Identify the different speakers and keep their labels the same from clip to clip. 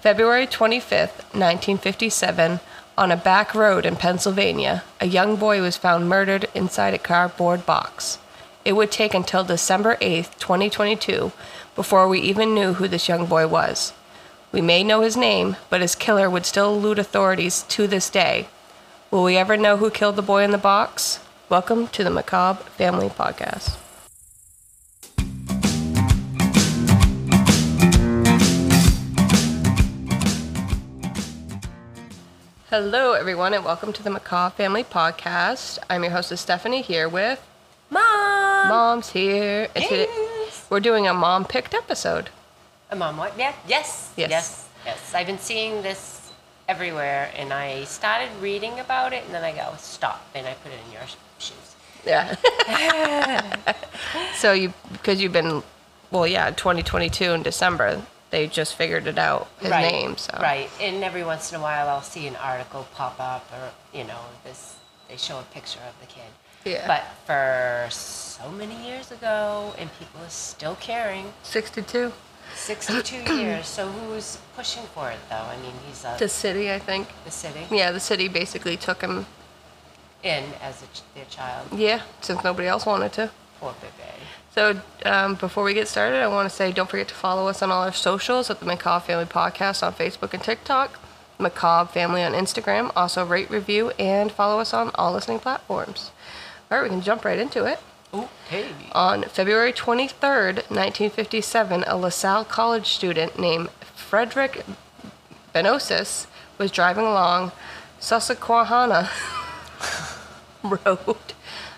Speaker 1: February 25th, 1957, on a back road in Pennsylvania, a young boy was found murdered inside a cardboard box. It would take until December 8th, 2022, before we even knew who this young boy was. We may know his name, but his killer would still elude authorities to this day. Will we ever know who killed the boy in the box? Welcome to the Macabre Family Podcast. Hello, everyone, and welcome to the Macabre Family Podcast. I'm your hostess, Stephanie, here with
Speaker 2: Mom.
Speaker 1: Mom's Here. And today
Speaker 2: Yes.
Speaker 1: we're doing a mom picked episode.
Speaker 2: A mom what? Yeah. Yes.
Speaker 1: Yes.
Speaker 2: Yes. Yes. I've been seeing this everywhere, and I started reading about it, and then I go stop, and I put it in your shoes.
Speaker 1: Yeah. so you, because you've been, well, yeah, 2022 in December, they just figured it out his
Speaker 2: right.
Speaker 1: name. So
Speaker 2: Right. And every once in a while, I'll see an article pop up, or you know, this they show a picture of the kid.
Speaker 1: Yeah.
Speaker 2: But for so many years ago, and people are still caring.
Speaker 1: 62.
Speaker 2: 62 years. So who's pushing for it, though? I mean, he's a,
Speaker 1: The city, I think.
Speaker 2: the city
Speaker 1: Yeah, the city basically took him.
Speaker 2: in as a, ch- their child.
Speaker 1: Yeah, since nobody else wanted to.
Speaker 2: Poor baby.
Speaker 1: So um, before we get started, I want to say don't forget to follow us on all our socials at the Macabre Family Podcast on Facebook and TikTok, Macabre Family on Instagram. Also rate, review, and follow us on all listening platforms. All right, we can jump right into it.
Speaker 2: Okay.
Speaker 1: On February 23rd, 1957, a LaSalle College student named Frederick Benosis was driving along Susquehanna Road.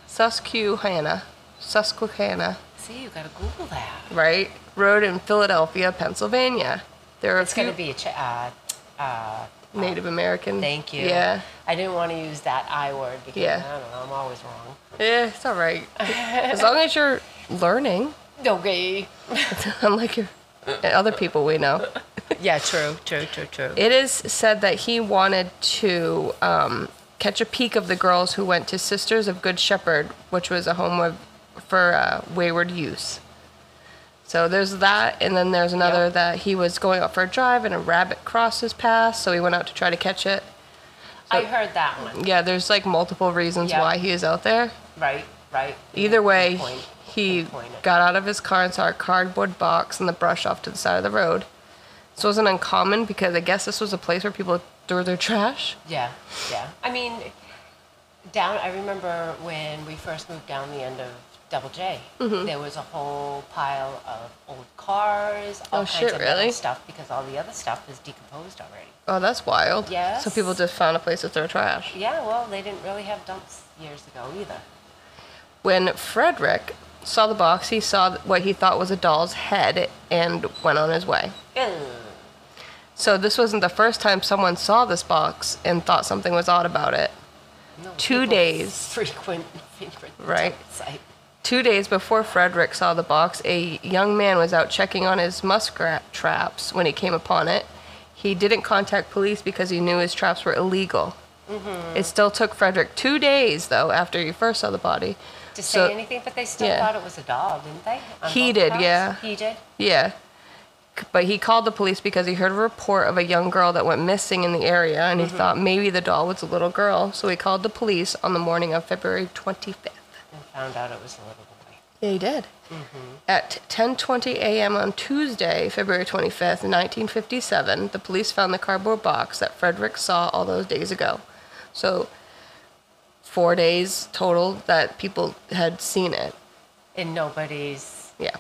Speaker 1: Susquehanna. Susquehanna.
Speaker 2: See, you gotta Google that.
Speaker 1: Right? Road in Philadelphia, Pennsylvania. There are
Speaker 2: It's
Speaker 1: a few
Speaker 2: gonna be a ch- uh, uh,
Speaker 1: Native American.
Speaker 2: thank you.
Speaker 1: Yeah.
Speaker 2: I didn't want to use that I word because
Speaker 1: Yeah.
Speaker 2: I don't know. I'm always wrong.
Speaker 1: Yeah, it's all right. as long as you're learning,
Speaker 2: Okay.
Speaker 1: unlike your other people we know.
Speaker 2: yeah. True. True. True. True.
Speaker 1: It is said that he wanted to um, catch a peek of the girls who went to Sisters of Good Shepherd, which was a home of, for uh, wayward youth. So there's that, and then there's another
Speaker 2: Yep.
Speaker 1: that he was going out for a drive and a rabbit crossed his path, so he went out to try to catch it.
Speaker 2: I heard that one.
Speaker 1: Yeah, there's like multiple reasons
Speaker 2: Yep.
Speaker 1: why he is out there.
Speaker 2: Right. Right.
Speaker 1: Either way,
Speaker 2: Good point.
Speaker 1: he
Speaker 2: Good point.
Speaker 1: got out of his car and saw a cardboard box in the brush off to the side of the road. This wasn't uncommon because I guess this was a place where people threw their trash.
Speaker 2: Yeah. Yeah. I mean, down. I remember when we first moved down the end of Double J.
Speaker 1: Mm-hmm.
Speaker 2: There was a whole pile of old cars, all
Speaker 1: Oh,
Speaker 2: kinds
Speaker 1: shit,
Speaker 2: of metal
Speaker 1: really?
Speaker 2: stuff because all the other stuff is decomposed already.
Speaker 1: Oh, that's wild.
Speaker 2: Yes.
Speaker 1: So people just found a place to throw trash.
Speaker 2: Yeah, well, they didn't really have dumps years ago either.
Speaker 1: When Frederick saw the box, he saw what he thought was a doll's head and went on his way. So this wasn't the first time someone saw this box and thought something was odd about it.
Speaker 2: No,
Speaker 1: Two
Speaker 2: people
Speaker 1: days.
Speaker 2: Frequent, frequent.
Speaker 1: Right.
Speaker 2: Site.
Speaker 1: Two days before Frederick saw the box, a young man was out checking on his muskrat traps when he came upon it. He didn't contact police because he knew his traps were illegal. It still took Frederick two days, though, after he first saw the body.
Speaker 2: To
Speaker 1: So-
Speaker 2: say anything, but they still
Speaker 1: yeah.
Speaker 2: thought it was a dog, didn't they? On
Speaker 1: He
Speaker 2: both
Speaker 1: did,
Speaker 2: counts?
Speaker 1: yeah.
Speaker 2: He did.
Speaker 1: Yeah. C- But he called the police because he heard a report of a young girl that went missing in the area and he thought maybe the doll was a little girl. So he called the police on the morning of February 25th.
Speaker 2: And found out it was a little boy.
Speaker 1: Yeah, he did. At 10:20 a.m. on Tuesday, February 25th, 1957, the police found the cardboard box that Frederick saw all those days ago. So 4 days total that people had seen it.
Speaker 2: And nobody's.
Speaker 1: Yeah.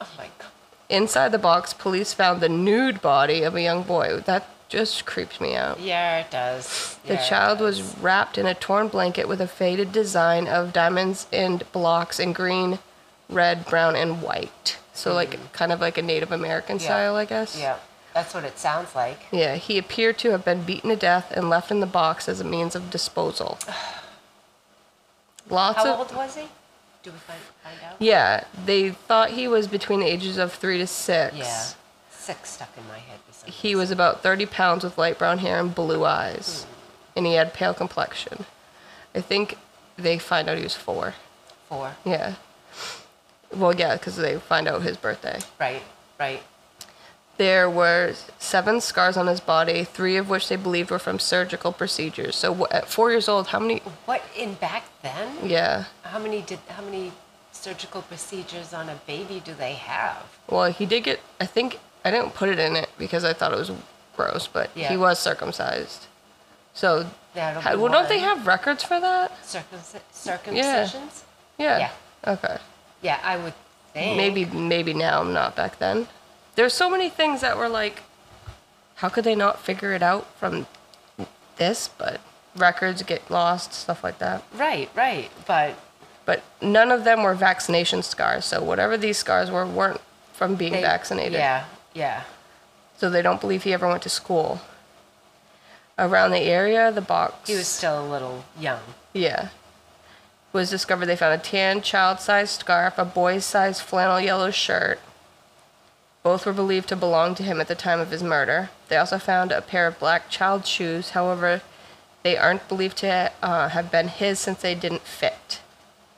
Speaker 2: Oh my god.
Speaker 1: Inside the box, police found the nude body of a young boy. That just creeps me out.
Speaker 2: Yeah, it does.
Speaker 1: The
Speaker 2: Yeah, it
Speaker 1: child
Speaker 2: does.
Speaker 1: was wrapped in a torn blanket with a faded design of diamonds and blocks in green, red, brown, and white. So, like, kind of like a Native American
Speaker 2: Mm-hmm. Yeah.
Speaker 1: style, I guess.
Speaker 2: Yeah, that's what it sounds like.
Speaker 1: Yeah, he appeared to have been beaten to death and left in the box as a means of disposal. Lots
Speaker 2: How
Speaker 1: of.
Speaker 2: old was he? Do we find, find out?
Speaker 1: Yeah, they thought he was between the ages of three to six.
Speaker 2: Yeah. Six stuck in my head. for some
Speaker 1: He
Speaker 2: reason.
Speaker 1: was about 30 pounds with light brown hair and blue
Speaker 2: Hmm.
Speaker 1: eyes, and he had pale complexion. I think they find out he was four.
Speaker 2: four.
Speaker 1: Yeah. Well, yeah, because they find out his birthday.
Speaker 2: Right. Right.
Speaker 1: There were seven scars on his body, three of which they believed were from surgical procedures. So wh- at four years old, how many?
Speaker 2: What in back then?
Speaker 1: Yeah.
Speaker 2: How many did how many surgical procedures on a baby do they have?
Speaker 1: Well, he did get. I think I didn't put it in it because I thought it was gross, but
Speaker 2: Yeah.
Speaker 1: he was circumcised. So,
Speaker 2: That'll
Speaker 1: ha-
Speaker 2: be
Speaker 1: well, don't they
Speaker 2: one.
Speaker 1: have records for that?
Speaker 2: Circumci- circumcisions?
Speaker 1: Yeah.
Speaker 2: Yeah.
Speaker 1: Okay.
Speaker 2: Yeah. I would think.
Speaker 1: Maybe maybe now I'm not back then. There's so many things that were like, how could they not figure it out from this? But records get lost, stuff like that.
Speaker 2: Right, right. But
Speaker 1: But none of them were vaccination scars. So whatever these scars were weren't from being
Speaker 2: they-
Speaker 1: vaccinated.
Speaker 2: Yeah, yeah.
Speaker 1: So they don't believe he ever went to school. Around the area, the box.
Speaker 2: He was still a little young.
Speaker 1: Yeah. Was discovered they found a tan child sized scarf, a boy's sized flannel yellow shirt. Both were believed to belong to him at the time of his murder. They also found a pair of black child shoes, however, they aren't believed to uh, have been his since they didn't fit.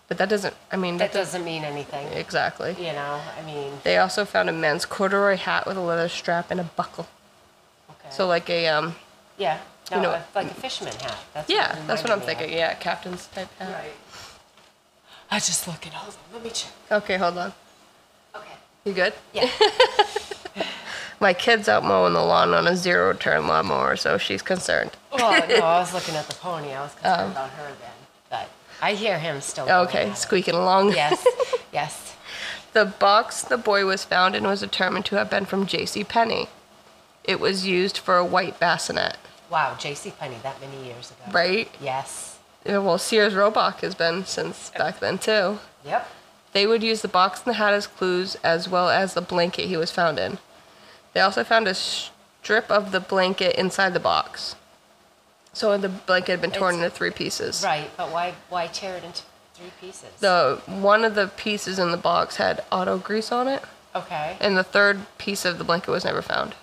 Speaker 1: But that doesn't, I mean,
Speaker 2: That doesn't mean anything.
Speaker 1: Exactly.
Speaker 2: You know, I mean,
Speaker 1: They also found a men's corduroy hat with a leather strap and a buckle.
Speaker 2: okay.
Speaker 1: So, like a, um,
Speaker 2: yeah, no,
Speaker 1: you know-
Speaker 2: uh, like a fisherman hat. That's
Speaker 1: yeah,
Speaker 2: it
Speaker 1: that's what I'm
Speaker 2: reminded me
Speaker 1: thinking. Yeah, captain's type hat.
Speaker 2: of. Right. I just look at. Hold on, let me check.
Speaker 1: Okay, hold on.
Speaker 2: Okay.
Speaker 1: You good?
Speaker 2: Yeah.
Speaker 1: My kid's out mowing the lawn on a zero turn lawnmower, so she's concerned.
Speaker 2: well, Oh, no, I was looking at the pony. I was concerned about her then, but I hear him still. going at
Speaker 1: Oh. Okay,
Speaker 2: it.
Speaker 1: squeaking along.
Speaker 2: Yes, yes.
Speaker 1: The box the boy was found in was determined to have been from J.C. Penney. It was used for a white bassinet,
Speaker 2: Wow, J.C. Penney that many years ago.
Speaker 1: right?
Speaker 2: Yes.
Speaker 1: Yeah, Well, Sears Roebuck has been since back then too.
Speaker 2: Yep.
Speaker 1: They would use the box and the hat as clues, as well as the blanket he was found in. They also found a strip of the blanket inside the box. So the blanket had been torn
Speaker 2: It's-
Speaker 1: into three pieces.
Speaker 2: Right, but why why tear it into three pieces?
Speaker 1: The one of the pieces in the box had auto grease on it,
Speaker 2: okay.
Speaker 1: and the third piece of the blanket was never found.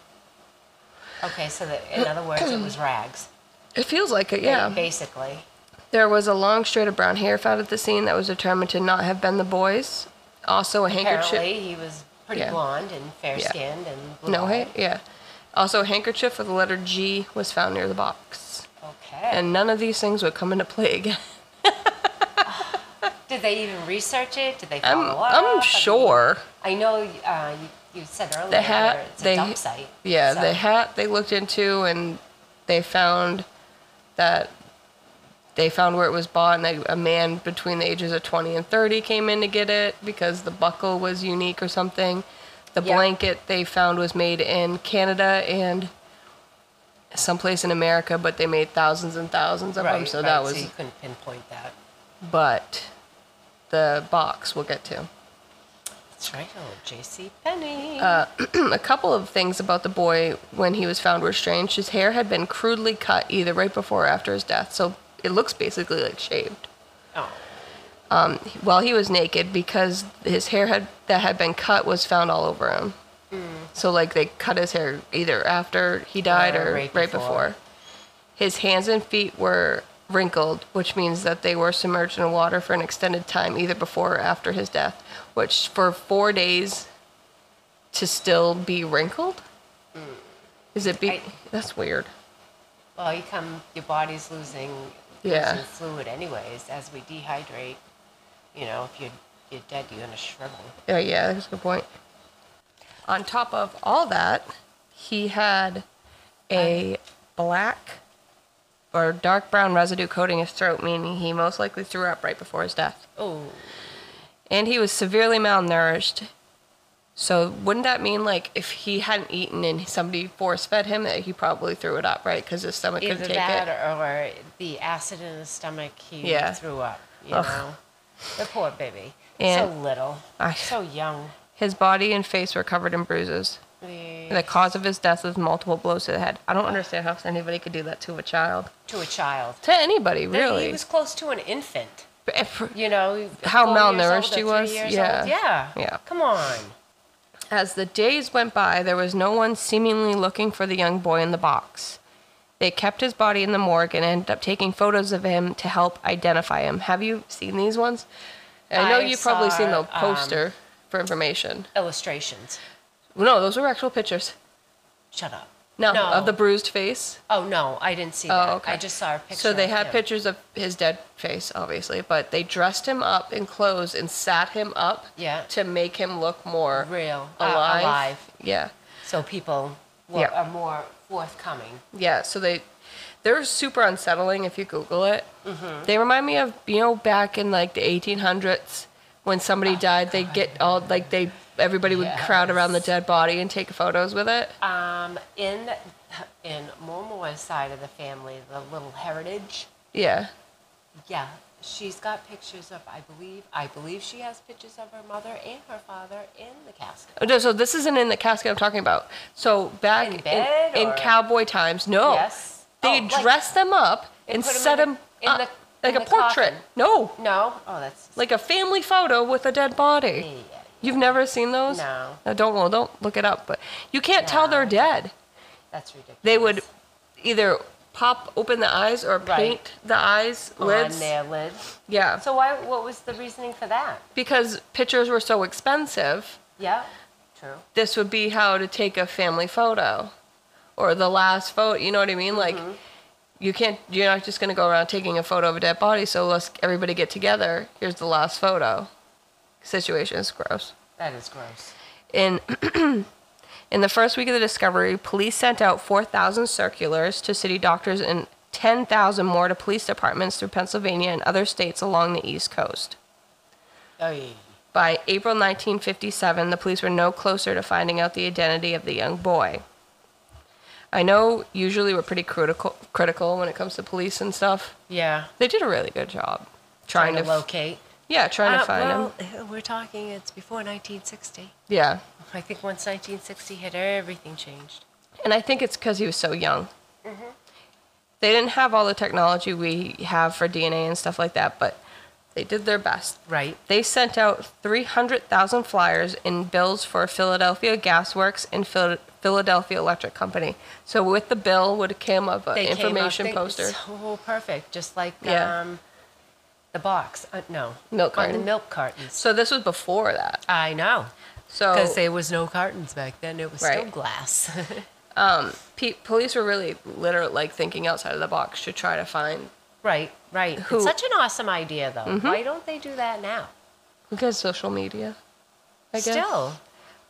Speaker 2: Okay, so that, in other words, it was rags.
Speaker 1: It feels like it, yeah.
Speaker 2: Basically.
Speaker 1: There was a long strand of brown hair found at the scene that was determined to not have been the boy's. Also, a handkerchief.
Speaker 2: Apparently, he was pretty
Speaker 1: Yeah.
Speaker 2: blonde and fair
Speaker 1: Yeah.
Speaker 2: skinned and blue.
Speaker 1: No, hey, yeah. Also, a handkerchief with the letter G was found near the box.
Speaker 2: Okay.
Speaker 1: And none of these things would come into play again.
Speaker 2: Did they even research it? Did they
Speaker 1: I'm,
Speaker 2: follow up? I
Speaker 1: I'm
Speaker 2: mean,
Speaker 1: sure.
Speaker 2: I know uh, you, you said earlier
Speaker 1: The
Speaker 2: that
Speaker 1: hat,
Speaker 2: it's
Speaker 1: they
Speaker 2: a dump site.
Speaker 1: yeah,
Speaker 2: so-
Speaker 1: the hat they looked into and they found that they found where it was bought, and a, a man between the ages of 20 and 30 came in to get it because the buckle was unique or something. The
Speaker 2: Yeah.
Speaker 1: blanket they found was made in Canada and someplace in America, but they made thousands and thousands of them,
Speaker 2: Right,
Speaker 1: so
Speaker 2: right,
Speaker 1: that was.
Speaker 2: you couldn't pinpoint that.
Speaker 1: But the box we'll get to.
Speaker 2: That's right. Oh, J.C. Penny.
Speaker 1: Uh, a couple of things about the boy when he was found were strange. His hair had been crudely cut either right before or after his death, so it looks basically like shaved.
Speaker 2: oh,
Speaker 1: While he was naked, because his hair had that had been cut was found all over him. So like they cut his hair either after he died or, right, before. His hands and feet were wrinkled, which means that they were submerged in water for an extended time, either before or after his death. Which for four days to still be wrinkled? Is it be
Speaker 2: I-
Speaker 1: that's weird.
Speaker 2: well, you come, your body's losing,
Speaker 1: Yeah.
Speaker 2: losing fluid anyways. As we dehydrate, you know, if you're, you're dead, you're going to shrivel.
Speaker 1: Yeah, yeah, that's a good point. On top of all that, he had a black or dark brown residue coating his throat, meaning he most likely threw up right before his death.
Speaker 2: Oh,
Speaker 1: And he was severely malnourished. So wouldn't that mean like if he hadn't eaten and somebody force fed him that he probably threw it up, right? Because his stomach
Speaker 2: either
Speaker 1: couldn't take
Speaker 2: that
Speaker 1: it.
Speaker 2: or the acid in his stomach he
Speaker 1: Yeah.
Speaker 2: threw up. You
Speaker 1: Ugh.
Speaker 2: know, the poor baby, so
Speaker 1: And-
Speaker 2: little,
Speaker 1: I-
Speaker 2: so young.
Speaker 1: His body and face were covered in bruises. The
Speaker 2: The,
Speaker 1: cause of his death was multiple blows to the head.
Speaker 2: Oh.
Speaker 1: I don't understand how anybody could do that to a child.
Speaker 2: to a child,
Speaker 1: To anybody,
Speaker 2: Then
Speaker 1: really.
Speaker 2: he was close to an infant.
Speaker 1: But if-
Speaker 2: You know,
Speaker 1: How
Speaker 2: four years old
Speaker 1: malnourished
Speaker 2: or
Speaker 1: he
Speaker 2: three
Speaker 1: was?
Speaker 2: years
Speaker 1: Yeah.
Speaker 2: old. yeah,
Speaker 1: Yeah.
Speaker 2: Come on,
Speaker 1: As the days went by, there was no one seemingly looking for the young boy in the box. They kept his body in the morgue and ended up taking photos of him to help identify him. Have you seen these ones? I know
Speaker 2: I
Speaker 1: you've probably seen
Speaker 2: saw, um,
Speaker 1: the poster for information.
Speaker 2: illustrations.
Speaker 1: No, those were actual pictures.
Speaker 2: Shut up.
Speaker 1: No, of the bruised face.
Speaker 2: Oh, no, I didn't see
Speaker 1: Oh,
Speaker 2: that.
Speaker 1: okay.
Speaker 2: I just saw a picture.
Speaker 1: So they
Speaker 2: of
Speaker 1: had
Speaker 2: him.
Speaker 1: pictures of his dead face, obviously, but they dressed him up in clothes and sat him up
Speaker 2: Yeah.
Speaker 1: to make him look more
Speaker 2: Real. uh,
Speaker 1: Oh, alive.
Speaker 2: alive.
Speaker 1: Yeah.
Speaker 2: So people were,
Speaker 1: Yeah.
Speaker 2: are more forthcoming.
Speaker 1: Yeah, so they they're super unsettling if you Google it.
Speaker 2: Mm-hmm.
Speaker 1: They remind me of you know back in like the 1800s when somebody
Speaker 2: Oh,
Speaker 1: died, they get all like they everybody would crowd around the
Speaker 2: Yes.
Speaker 1: dead body and take photos with it.
Speaker 2: Um, in in Momoa's side of the family, the little heritage,
Speaker 1: Yeah,
Speaker 2: yeah, she's got pictures of. I believe I believe she has pictures of her mother and her father in the casket.
Speaker 1: Oh, no, so this isn't in the casket I'm talking about. So back
Speaker 2: In
Speaker 1: in,
Speaker 2: bed,
Speaker 1: in
Speaker 2: or-
Speaker 1: cowboy times, no,
Speaker 2: Yes.
Speaker 1: they
Speaker 2: Oh, like-
Speaker 1: dressed them up
Speaker 2: They
Speaker 1: and
Speaker 2: put 'em
Speaker 1: set
Speaker 2: in-
Speaker 1: them
Speaker 2: in
Speaker 1: up,
Speaker 2: the-
Speaker 1: like
Speaker 2: in
Speaker 1: a
Speaker 2: the
Speaker 1: portrait.
Speaker 2: coffin.
Speaker 1: No,
Speaker 2: No. Oh, that's
Speaker 1: like a family photo with a dead body.
Speaker 2: yeah,
Speaker 1: You've never seen those?
Speaker 2: No.
Speaker 1: don't well, don't look it up, but you can't tell they're
Speaker 2: No.
Speaker 1: dead.
Speaker 2: that's ridiculous.
Speaker 1: They would either pop open the eyes or
Speaker 2: Right.
Speaker 1: paint the eyes
Speaker 2: on
Speaker 1: lids.
Speaker 2: their lids.
Speaker 1: Yeah.
Speaker 2: So why? What was the reasoning for that?
Speaker 1: because pictures were so expensive,
Speaker 2: Yeah. True.
Speaker 1: this would be how to take a family photo or the last photo, you know what I mean?
Speaker 2: Mm-hmm.
Speaker 1: Like you can't you're not just going to go around taking a photo of a dead body, so let's everybody get together. Here's the last photo. Situation is gross.
Speaker 2: That is gross.
Speaker 1: In in the first week of the discovery, police sent out 4,000 circulars to city doctors and 10,000 more to police departments through Pennsylvania and other states along the East Coast.
Speaker 2: Oh yeah.
Speaker 1: By April 1957, the police were no closer to finding out the identity of the young boy. I know usually we're pretty critical critical when it comes to police and stuff.
Speaker 2: Yeah.
Speaker 1: They did a really good job trying, to, f-
Speaker 2: locate.
Speaker 1: yeah, trying
Speaker 2: Uh,
Speaker 1: to find him.
Speaker 2: well, we're talking. It's before 1960.
Speaker 1: Yeah.
Speaker 2: I think once 1960 hit, everything changed.
Speaker 1: And I think it's because he was so young.
Speaker 2: Mm-hmm.
Speaker 1: They didn't have all the technology we have for DNA and stuff like that, but they did their best.
Speaker 2: Right.
Speaker 1: They sent out 300,000 flyers and bills for Philadelphia Gas Works and Phil- Philadelphia Electric Company. So with the bill would came up an
Speaker 2: They
Speaker 1: information
Speaker 2: came up, they-
Speaker 1: poster.
Speaker 2: So perfect, just like
Speaker 1: Yeah.
Speaker 2: um, the box. Uh, no,
Speaker 1: Milk
Speaker 2: on
Speaker 1: carton.
Speaker 2: the milk cartons.
Speaker 1: So this was before that.
Speaker 2: I know,
Speaker 1: So
Speaker 2: because there was no cartons back then. It was still
Speaker 1: Right.
Speaker 2: glass.
Speaker 1: pe- police were really literally like thinking outside of the box to try to find
Speaker 2: right, right.
Speaker 1: Who- Mm-hmm.
Speaker 2: It's such an awesome idea, though. Why don't they do that now?
Speaker 1: who has social media. I guess.
Speaker 2: Still,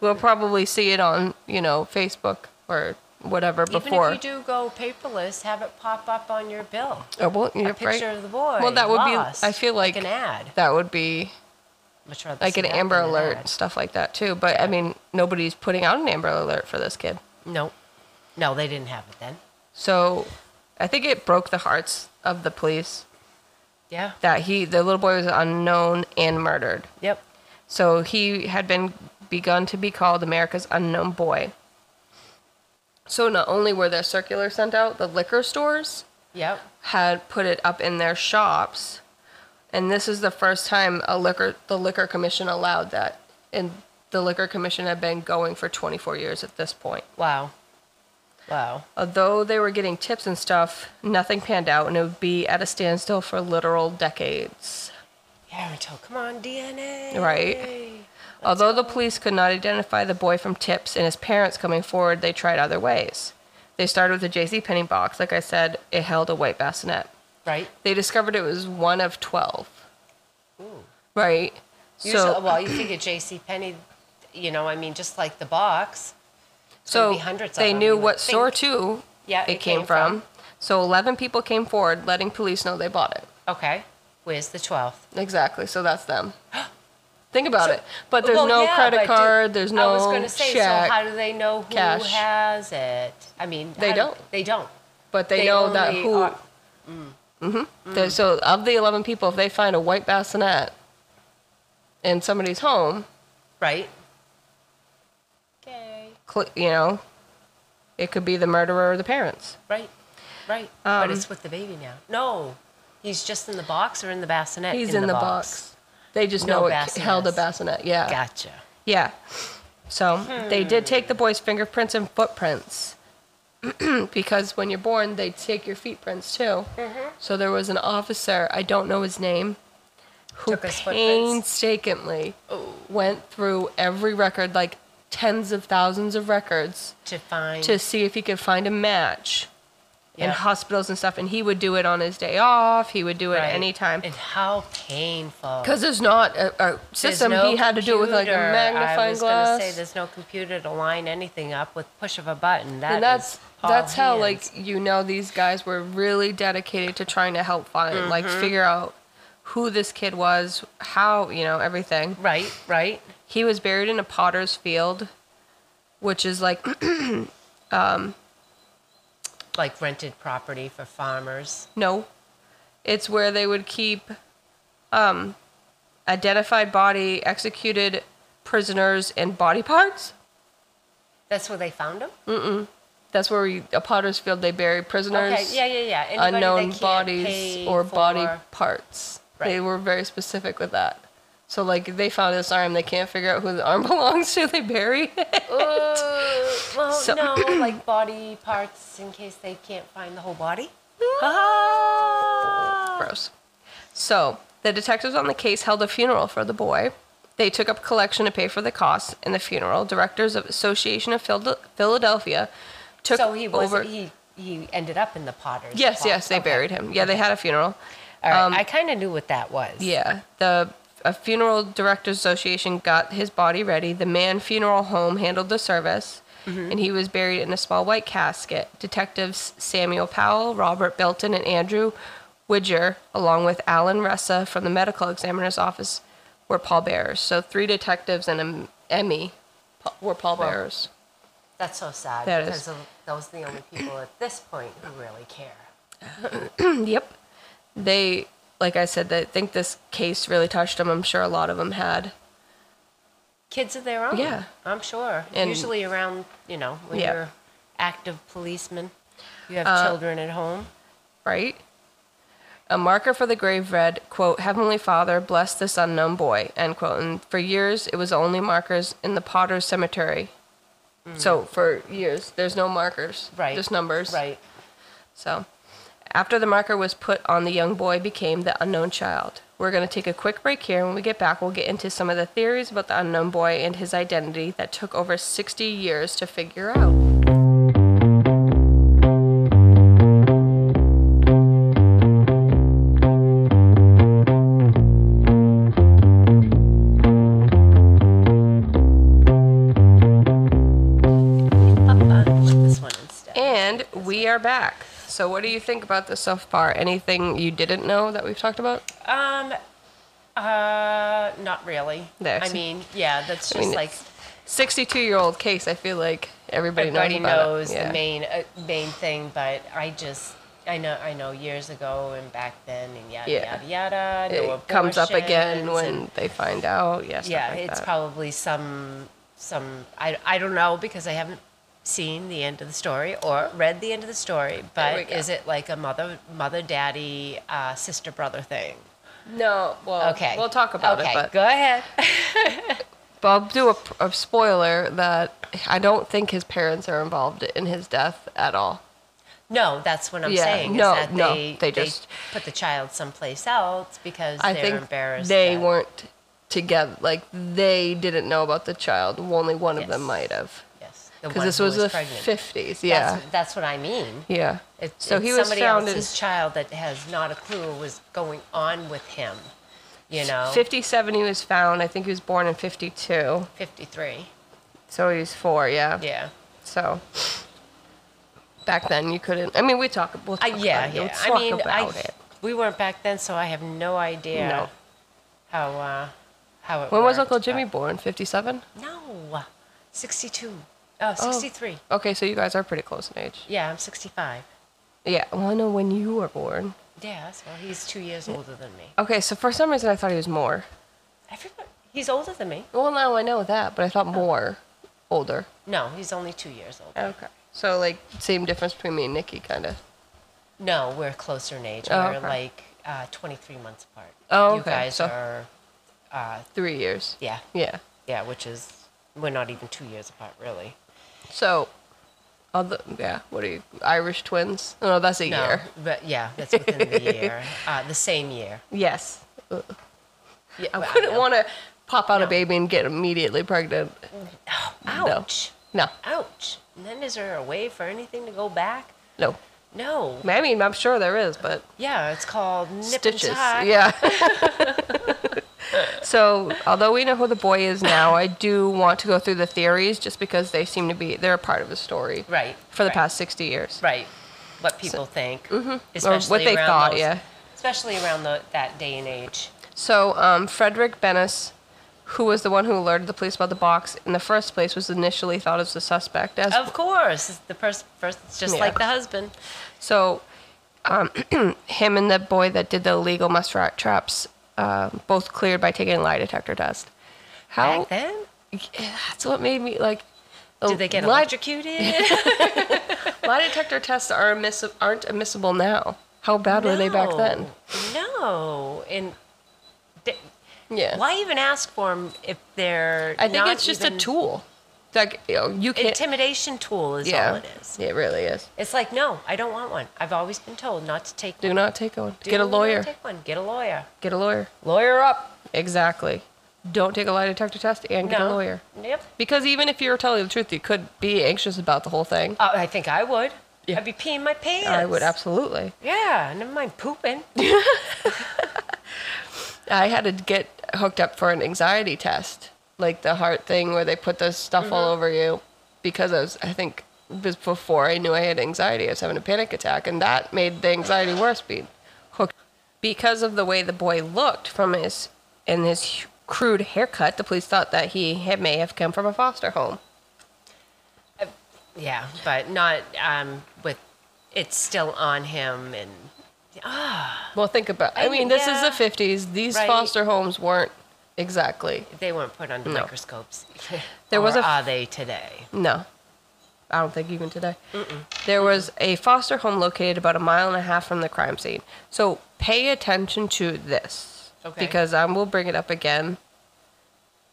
Speaker 1: We'll probably see it on, you know, Facebook or whatever before.
Speaker 2: even if you do go paperless, have it pop up on your bill.
Speaker 1: Oh, well, you're
Speaker 2: a picture
Speaker 1: right.
Speaker 2: of the boy.
Speaker 1: Well, that would be-
Speaker 2: lost,
Speaker 1: I feel like-
Speaker 2: an ad.
Speaker 1: That would be
Speaker 2: Much rather
Speaker 1: like
Speaker 2: see
Speaker 1: an
Speaker 2: that
Speaker 1: Amber
Speaker 2: than an
Speaker 1: Alert
Speaker 2: ad.
Speaker 1: and stuff like that too. But I mean, nobody's putting out an Amber Alert for this kid.
Speaker 2: No, no, they didn't have it then.
Speaker 1: So I think it broke the hearts of the police
Speaker 2: Yeah.
Speaker 1: that he, the little boy, was unknown and murdered.
Speaker 2: Yep.
Speaker 1: So he had been begun to be called America's unknown boy. So not only were there circulars sent out, the liquor stores
Speaker 2: Yep.
Speaker 1: had put it up in their shops, and this is the first time a liquor the liquor commission allowed that, and the liquor commission had been going for 24 years at this point.
Speaker 2: Wow. Wow.
Speaker 1: Although they were getting tips and stuff, nothing panned out, and it would be at a standstill for literal decades.
Speaker 2: Yeah, until come on, DNA.
Speaker 1: Right. Although the police could not identify the boy from tips and his parents coming forward, they tried other ways. They started with the J.C. Penney box. Like I said, it held a white bassinet.
Speaker 2: Right.
Speaker 1: They discovered it was one of 12.
Speaker 2: Ooh.
Speaker 1: Right.
Speaker 2: Usually-
Speaker 1: So,
Speaker 2: well, you figure J.C. Penney, you know, I mean, just like the box.
Speaker 1: so
Speaker 2: be hundreds of
Speaker 1: they
Speaker 2: them,
Speaker 1: knew
Speaker 2: you would
Speaker 1: what
Speaker 2: think.
Speaker 1: store to
Speaker 2: Yeah,
Speaker 1: it, came, from. So 11 people came forward letting police know they bought it.
Speaker 2: Okay. Where's the twelfth?
Speaker 1: Exactly. So that's them. Think about
Speaker 2: So-
Speaker 1: it. But there's no credit card, there's no
Speaker 2: I was going to say,
Speaker 1: check,
Speaker 2: so how do they know who
Speaker 1: cash.
Speaker 2: has it? I mean,
Speaker 1: They
Speaker 2: how do-
Speaker 1: don't.
Speaker 2: They don't.
Speaker 1: but they,
Speaker 2: they
Speaker 1: know that
Speaker 2: only
Speaker 1: who.
Speaker 2: are- Mm.
Speaker 1: hmm So of the 11 people, if they find a white bassinet in somebody's home,
Speaker 2: Right. Okay.
Speaker 1: cl- you know, it could be the murderer or the parents.
Speaker 2: Right. Right. but
Speaker 1: Um,
Speaker 2: it's with the baby now. No, he's just in the box or in the bassinet.
Speaker 1: He's in, the, box. They just
Speaker 2: No
Speaker 1: know it c- held a
Speaker 2: bassinets.
Speaker 1: bassinet. Yeah.
Speaker 2: Gotcha.
Speaker 1: Yeah. So they
Speaker 2: Hmm.
Speaker 1: did take the boy's fingerprints and footprints because when you're born, they take your feet prints too.
Speaker 2: Mm-hmm.
Speaker 1: So there was an officer, I don't know his name, who
Speaker 2: Took his footprints?
Speaker 1: painstakingly
Speaker 2: Oh.
Speaker 1: went through every record, like tens of thousands of records
Speaker 2: to find.
Speaker 1: to see if he could find a match in
Speaker 2: Mm. Yeah.
Speaker 1: hospitals and stuff. And he would do it on his day off. He would do it
Speaker 2: Right.
Speaker 1: anytime.
Speaker 2: And how painful.
Speaker 1: Because there's not a, a
Speaker 2: There's
Speaker 1: system.
Speaker 2: no
Speaker 1: he had to do it with like a
Speaker 2: computer. I
Speaker 1: magnifying
Speaker 2: was
Speaker 1: glass.
Speaker 2: gonna say there's no computer to line anything up with push of a button. That
Speaker 1: and that's
Speaker 2: is all
Speaker 1: that's how
Speaker 2: hands.
Speaker 1: like you know these guys were really dedicated to trying to help find like
Speaker 2: Mm-hmm.
Speaker 1: figure out who this kid was, how you know everything.
Speaker 2: right, right.
Speaker 1: He was buried in a potter's field, which is like
Speaker 2: Like rented property for farmers.
Speaker 1: No. It's where they would keep um, identified body, executed prisoners, and body parts.
Speaker 2: That's where they found them.
Speaker 1: That's where we, a potter's field, they bury prisoners,
Speaker 2: Okay, yeah, yeah, yeah. Anybody they
Speaker 1: unknown
Speaker 2: can't pay
Speaker 1: bodies, or body
Speaker 2: for- uh,
Speaker 1: parts. They
Speaker 2: Right.
Speaker 1: were very specific with that. So, like, they found this arm, they can't figure out who the arm belongs to, they bury it.
Speaker 2: Uh, well,
Speaker 1: So-
Speaker 2: no, like body parts in case they can't find the whole body. Ah.
Speaker 1: Hmm? Gross. So the detectives on the case held a funeral for the boy. They took up collection to pay for the costs and the funeral. Directors of Association of Phil- Philadelphia took
Speaker 2: So he was
Speaker 1: over.
Speaker 2: he he ended up in the Potter's.
Speaker 1: yes,
Speaker 2: plot.
Speaker 1: yes, they
Speaker 2: Okay.
Speaker 1: buried him. Yeah, they had a funeral.
Speaker 2: All right,
Speaker 1: um,
Speaker 2: I kind of knew what that was.
Speaker 1: Yeah, the a funeral directors association got his body ready. The Mann Funeral Home handled the service, and he was buried in a small white casket. Detectives Samuel Powell, Robert Belton, and Andrew Widger, along with Alan Ressa from the medical examiner's office, were pallbearers. So three detectives and an Emmy E pa- were pallbearers.
Speaker 2: That's so sad.
Speaker 1: That
Speaker 2: because
Speaker 1: is.
Speaker 2: of- those are the only people at this point who really care.
Speaker 1: Yep. They, like I said, they think this case really touched them. I'm sure a lot of them had.
Speaker 2: Kids of their own.
Speaker 1: Yeah.
Speaker 2: I'm sure.
Speaker 1: And-
Speaker 2: Usually around, you know, when
Speaker 1: Yeah. Uh,
Speaker 2: you're active policemen, you have children at home.
Speaker 1: right? A marker for the grave read, quote, Heavenly Father, bless this unknown boy, end quote. And for years, it was only markers in the Potter's Cemetery. So for years, there's no markers,
Speaker 2: Mm. Right.
Speaker 1: just numbers.
Speaker 2: Right.
Speaker 1: So after the marker was put on, the young boy became the unknown child. We're going to take a quick break here. When we get back, we'll get into some of the theories about the unknown boy and his identity that took over 60 years to figure out.
Speaker 2: Uh, this one instead.
Speaker 1: And we are back. So, what do you think about this so far? Anything you didn't know that we've talked about?
Speaker 2: Um, uh, not really.
Speaker 1: There.
Speaker 2: I mean, yeah, that's just
Speaker 1: mean,
Speaker 2: like
Speaker 1: 62 year old case, I feel like everybody,
Speaker 2: everybody
Speaker 1: knows. about it.
Speaker 2: knows
Speaker 1: Yeah.
Speaker 2: the main uh, main thing, but I just. I know, I know. Years ago and back then, and yada
Speaker 1: Yeah.
Speaker 2: yada yada.
Speaker 1: It
Speaker 2: no
Speaker 1: comes up again
Speaker 2: abortions
Speaker 1: when
Speaker 2: and-
Speaker 1: they find out. Yes. Yeah,
Speaker 2: yeah,
Speaker 1: stuff like
Speaker 2: it's
Speaker 1: that.
Speaker 2: probably some some. I, I don't know because I haven't seen the end of the story or read the end of the story.
Speaker 1: we
Speaker 2: But
Speaker 1: go.
Speaker 2: is it like a mother mother daddy uh, sister brother thing?
Speaker 1: no. Well,
Speaker 2: Okay,
Speaker 1: We'll talk about
Speaker 2: okay,
Speaker 1: it. But,
Speaker 2: go ahead.
Speaker 1: but I'll do a, a spoiler that I don't think his parents are involved in his death at all.
Speaker 2: No, that's what I'm
Speaker 1: Yeah,
Speaker 2: saying.
Speaker 1: no,
Speaker 2: is that
Speaker 1: no,
Speaker 2: they,
Speaker 1: they just-
Speaker 2: put the child someplace else because
Speaker 1: I
Speaker 2: they're
Speaker 1: think
Speaker 2: embarrassed.
Speaker 1: they
Speaker 2: that-
Speaker 1: weren't together. Like, they didn't know about the child. Only one of them
Speaker 2: Yes.
Speaker 1: might have.
Speaker 2: Yes,
Speaker 1: because this was, the
Speaker 2: pregnant.
Speaker 1: 50s yeah
Speaker 2: That's, that's what I mean.
Speaker 1: yeah
Speaker 2: It,
Speaker 1: so
Speaker 2: it's
Speaker 1: he was
Speaker 2: somebody
Speaker 1: found in
Speaker 2: else's child that has not a clue what was going on with him. You know,
Speaker 1: 57 he was found i think he was born in 52
Speaker 2: fifty-three.
Speaker 1: so he was four yeah,
Speaker 2: Yeah.
Speaker 1: so back then you couldn't i mean we talk, we'll
Speaker 2: I,
Speaker 1: talk
Speaker 2: yeah,
Speaker 1: about it.
Speaker 2: yeah.
Speaker 1: We'll
Speaker 2: I
Speaker 1: talk
Speaker 2: mean, I,
Speaker 1: about it
Speaker 2: we weren't back then, so I have no idea
Speaker 1: No.
Speaker 2: how uh, how it.
Speaker 1: when was
Speaker 2: worked,
Speaker 1: uncle
Speaker 2: but-
Speaker 1: jimmy born 57
Speaker 2: No, sixty-two. Oh, 63.
Speaker 1: okay so you guys are pretty close in age
Speaker 2: Yeah, I'm sixty-five.
Speaker 1: yeah well i know when you were born
Speaker 2: Yeah, well, he's two years older than me.
Speaker 1: okay so for some reason i thought he was more
Speaker 2: Everybody, he's older than me.
Speaker 1: well now i know that but i
Speaker 2: Oh.
Speaker 1: thought more older
Speaker 2: No, he's only two years older.
Speaker 1: okay so like same difference between me and nikki kind of
Speaker 2: No, we're closer in age.
Speaker 1: Oh,
Speaker 2: we're
Speaker 1: okay.
Speaker 2: like uh, 23 months apart.
Speaker 1: Oh,
Speaker 2: You
Speaker 1: okay,
Speaker 2: guys
Speaker 1: so-
Speaker 2: are, uh,
Speaker 1: three years
Speaker 2: yeah,
Speaker 1: yeah
Speaker 2: yeah, which is, we're not even two years apart, really.
Speaker 1: So, other yeah, what are you Irish twins? No, no, that's a
Speaker 2: No,
Speaker 1: year.
Speaker 2: but yeah, that's within the year, uh, the same year.
Speaker 1: Yes,
Speaker 2: Yeah,
Speaker 1: I
Speaker 2: well,
Speaker 1: wouldn't
Speaker 2: know.
Speaker 1: want to pop out a
Speaker 2: No.
Speaker 1: baby and get immediately pregnant.
Speaker 2: Oh, Ouch.
Speaker 1: No,
Speaker 2: Ouch. And then is there a way for anything to go back?
Speaker 1: no.
Speaker 2: No.
Speaker 1: I mean, I'm sure there is, but
Speaker 2: Yeah, it's called nip
Speaker 1: stitches.
Speaker 2: And tuck.
Speaker 1: Yeah. so, although we know who the boy is now, I do want to go through the theories just because they seem to be they're a part of the story.
Speaker 2: Right.
Speaker 1: For the
Speaker 2: right,
Speaker 1: past 60 years.
Speaker 2: Right. What people think,
Speaker 1: Or
Speaker 2: especially
Speaker 1: what they
Speaker 2: around
Speaker 1: thought,
Speaker 2: those-
Speaker 1: yeah.
Speaker 2: Especially around the, that day and age.
Speaker 1: So, um, Frederick Bennis, who was the one who alerted the police about the box in the first place, was initially thought as the suspect. As
Speaker 2: Of course, it's the first, first, it's just
Speaker 1: Yeah.
Speaker 2: like the husband.
Speaker 1: So, um, him and the boy that did the illegal must rat traps um both cleared by taking a lie detector test. How? Oh,
Speaker 2: Back then,
Speaker 1: That's what made me like.
Speaker 2: did they get
Speaker 1: lie,
Speaker 2: electrocuted?
Speaker 1: lie detector tests are admissi- aren't admissible now. How bad were they back then?
Speaker 2: No, and d-
Speaker 1: Yeah.
Speaker 2: why even ask for them if they're?
Speaker 1: I think
Speaker 2: not
Speaker 1: it's just
Speaker 2: even-
Speaker 1: a tool. Like you, know, you can't.
Speaker 2: Intimidation tool is
Speaker 1: yeah,
Speaker 2: all it is.
Speaker 1: it really is.
Speaker 2: It's like no, I don't want one. I've always been told not to take.
Speaker 1: Do
Speaker 2: one.
Speaker 1: not take one.
Speaker 2: Do
Speaker 1: Get a
Speaker 2: not
Speaker 1: lawyer.
Speaker 2: Take one. Get a lawyer.
Speaker 1: Get a lawyer.
Speaker 2: Lawyer up.
Speaker 1: Exactly. Don't take a lie detector test and get
Speaker 2: no
Speaker 1: a lawyer.
Speaker 2: Yep.
Speaker 1: Because even if you were telling the truth, you could be anxious about the whole thing.
Speaker 2: Uh, I think I would. I'd be peeing my pants.
Speaker 1: I would absolutely.
Speaker 2: Yeah. Never mind pooping.
Speaker 1: I had to get hooked up for an anxiety test, like the heart thing where they put the stuff all over you, because I was, I think, it was before I knew I had anxiety, I was having a panic attack, and that made the anxiety worse. Being hooked because of the way the boy looked from his and his crude haircut, the police thought that he had, may have come from a foster home.
Speaker 2: Yeah, but not um, with. It's still on him and.
Speaker 1: Well, think about. I,
Speaker 2: I
Speaker 1: mean,
Speaker 2: mean,
Speaker 1: this
Speaker 2: yeah.
Speaker 1: is the '50s. These
Speaker 2: Right.
Speaker 1: foster homes weren't exactly
Speaker 2: They weren't put under
Speaker 1: No.
Speaker 2: microscopes.
Speaker 1: There was
Speaker 2: Or
Speaker 1: a f-
Speaker 2: are they today?
Speaker 1: No. I don't think even today. There was a foster home located about a mile and a half from the crime scene. So pay attention to this.
Speaker 2: Okay.
Speaker 1: Because I will bring it up again.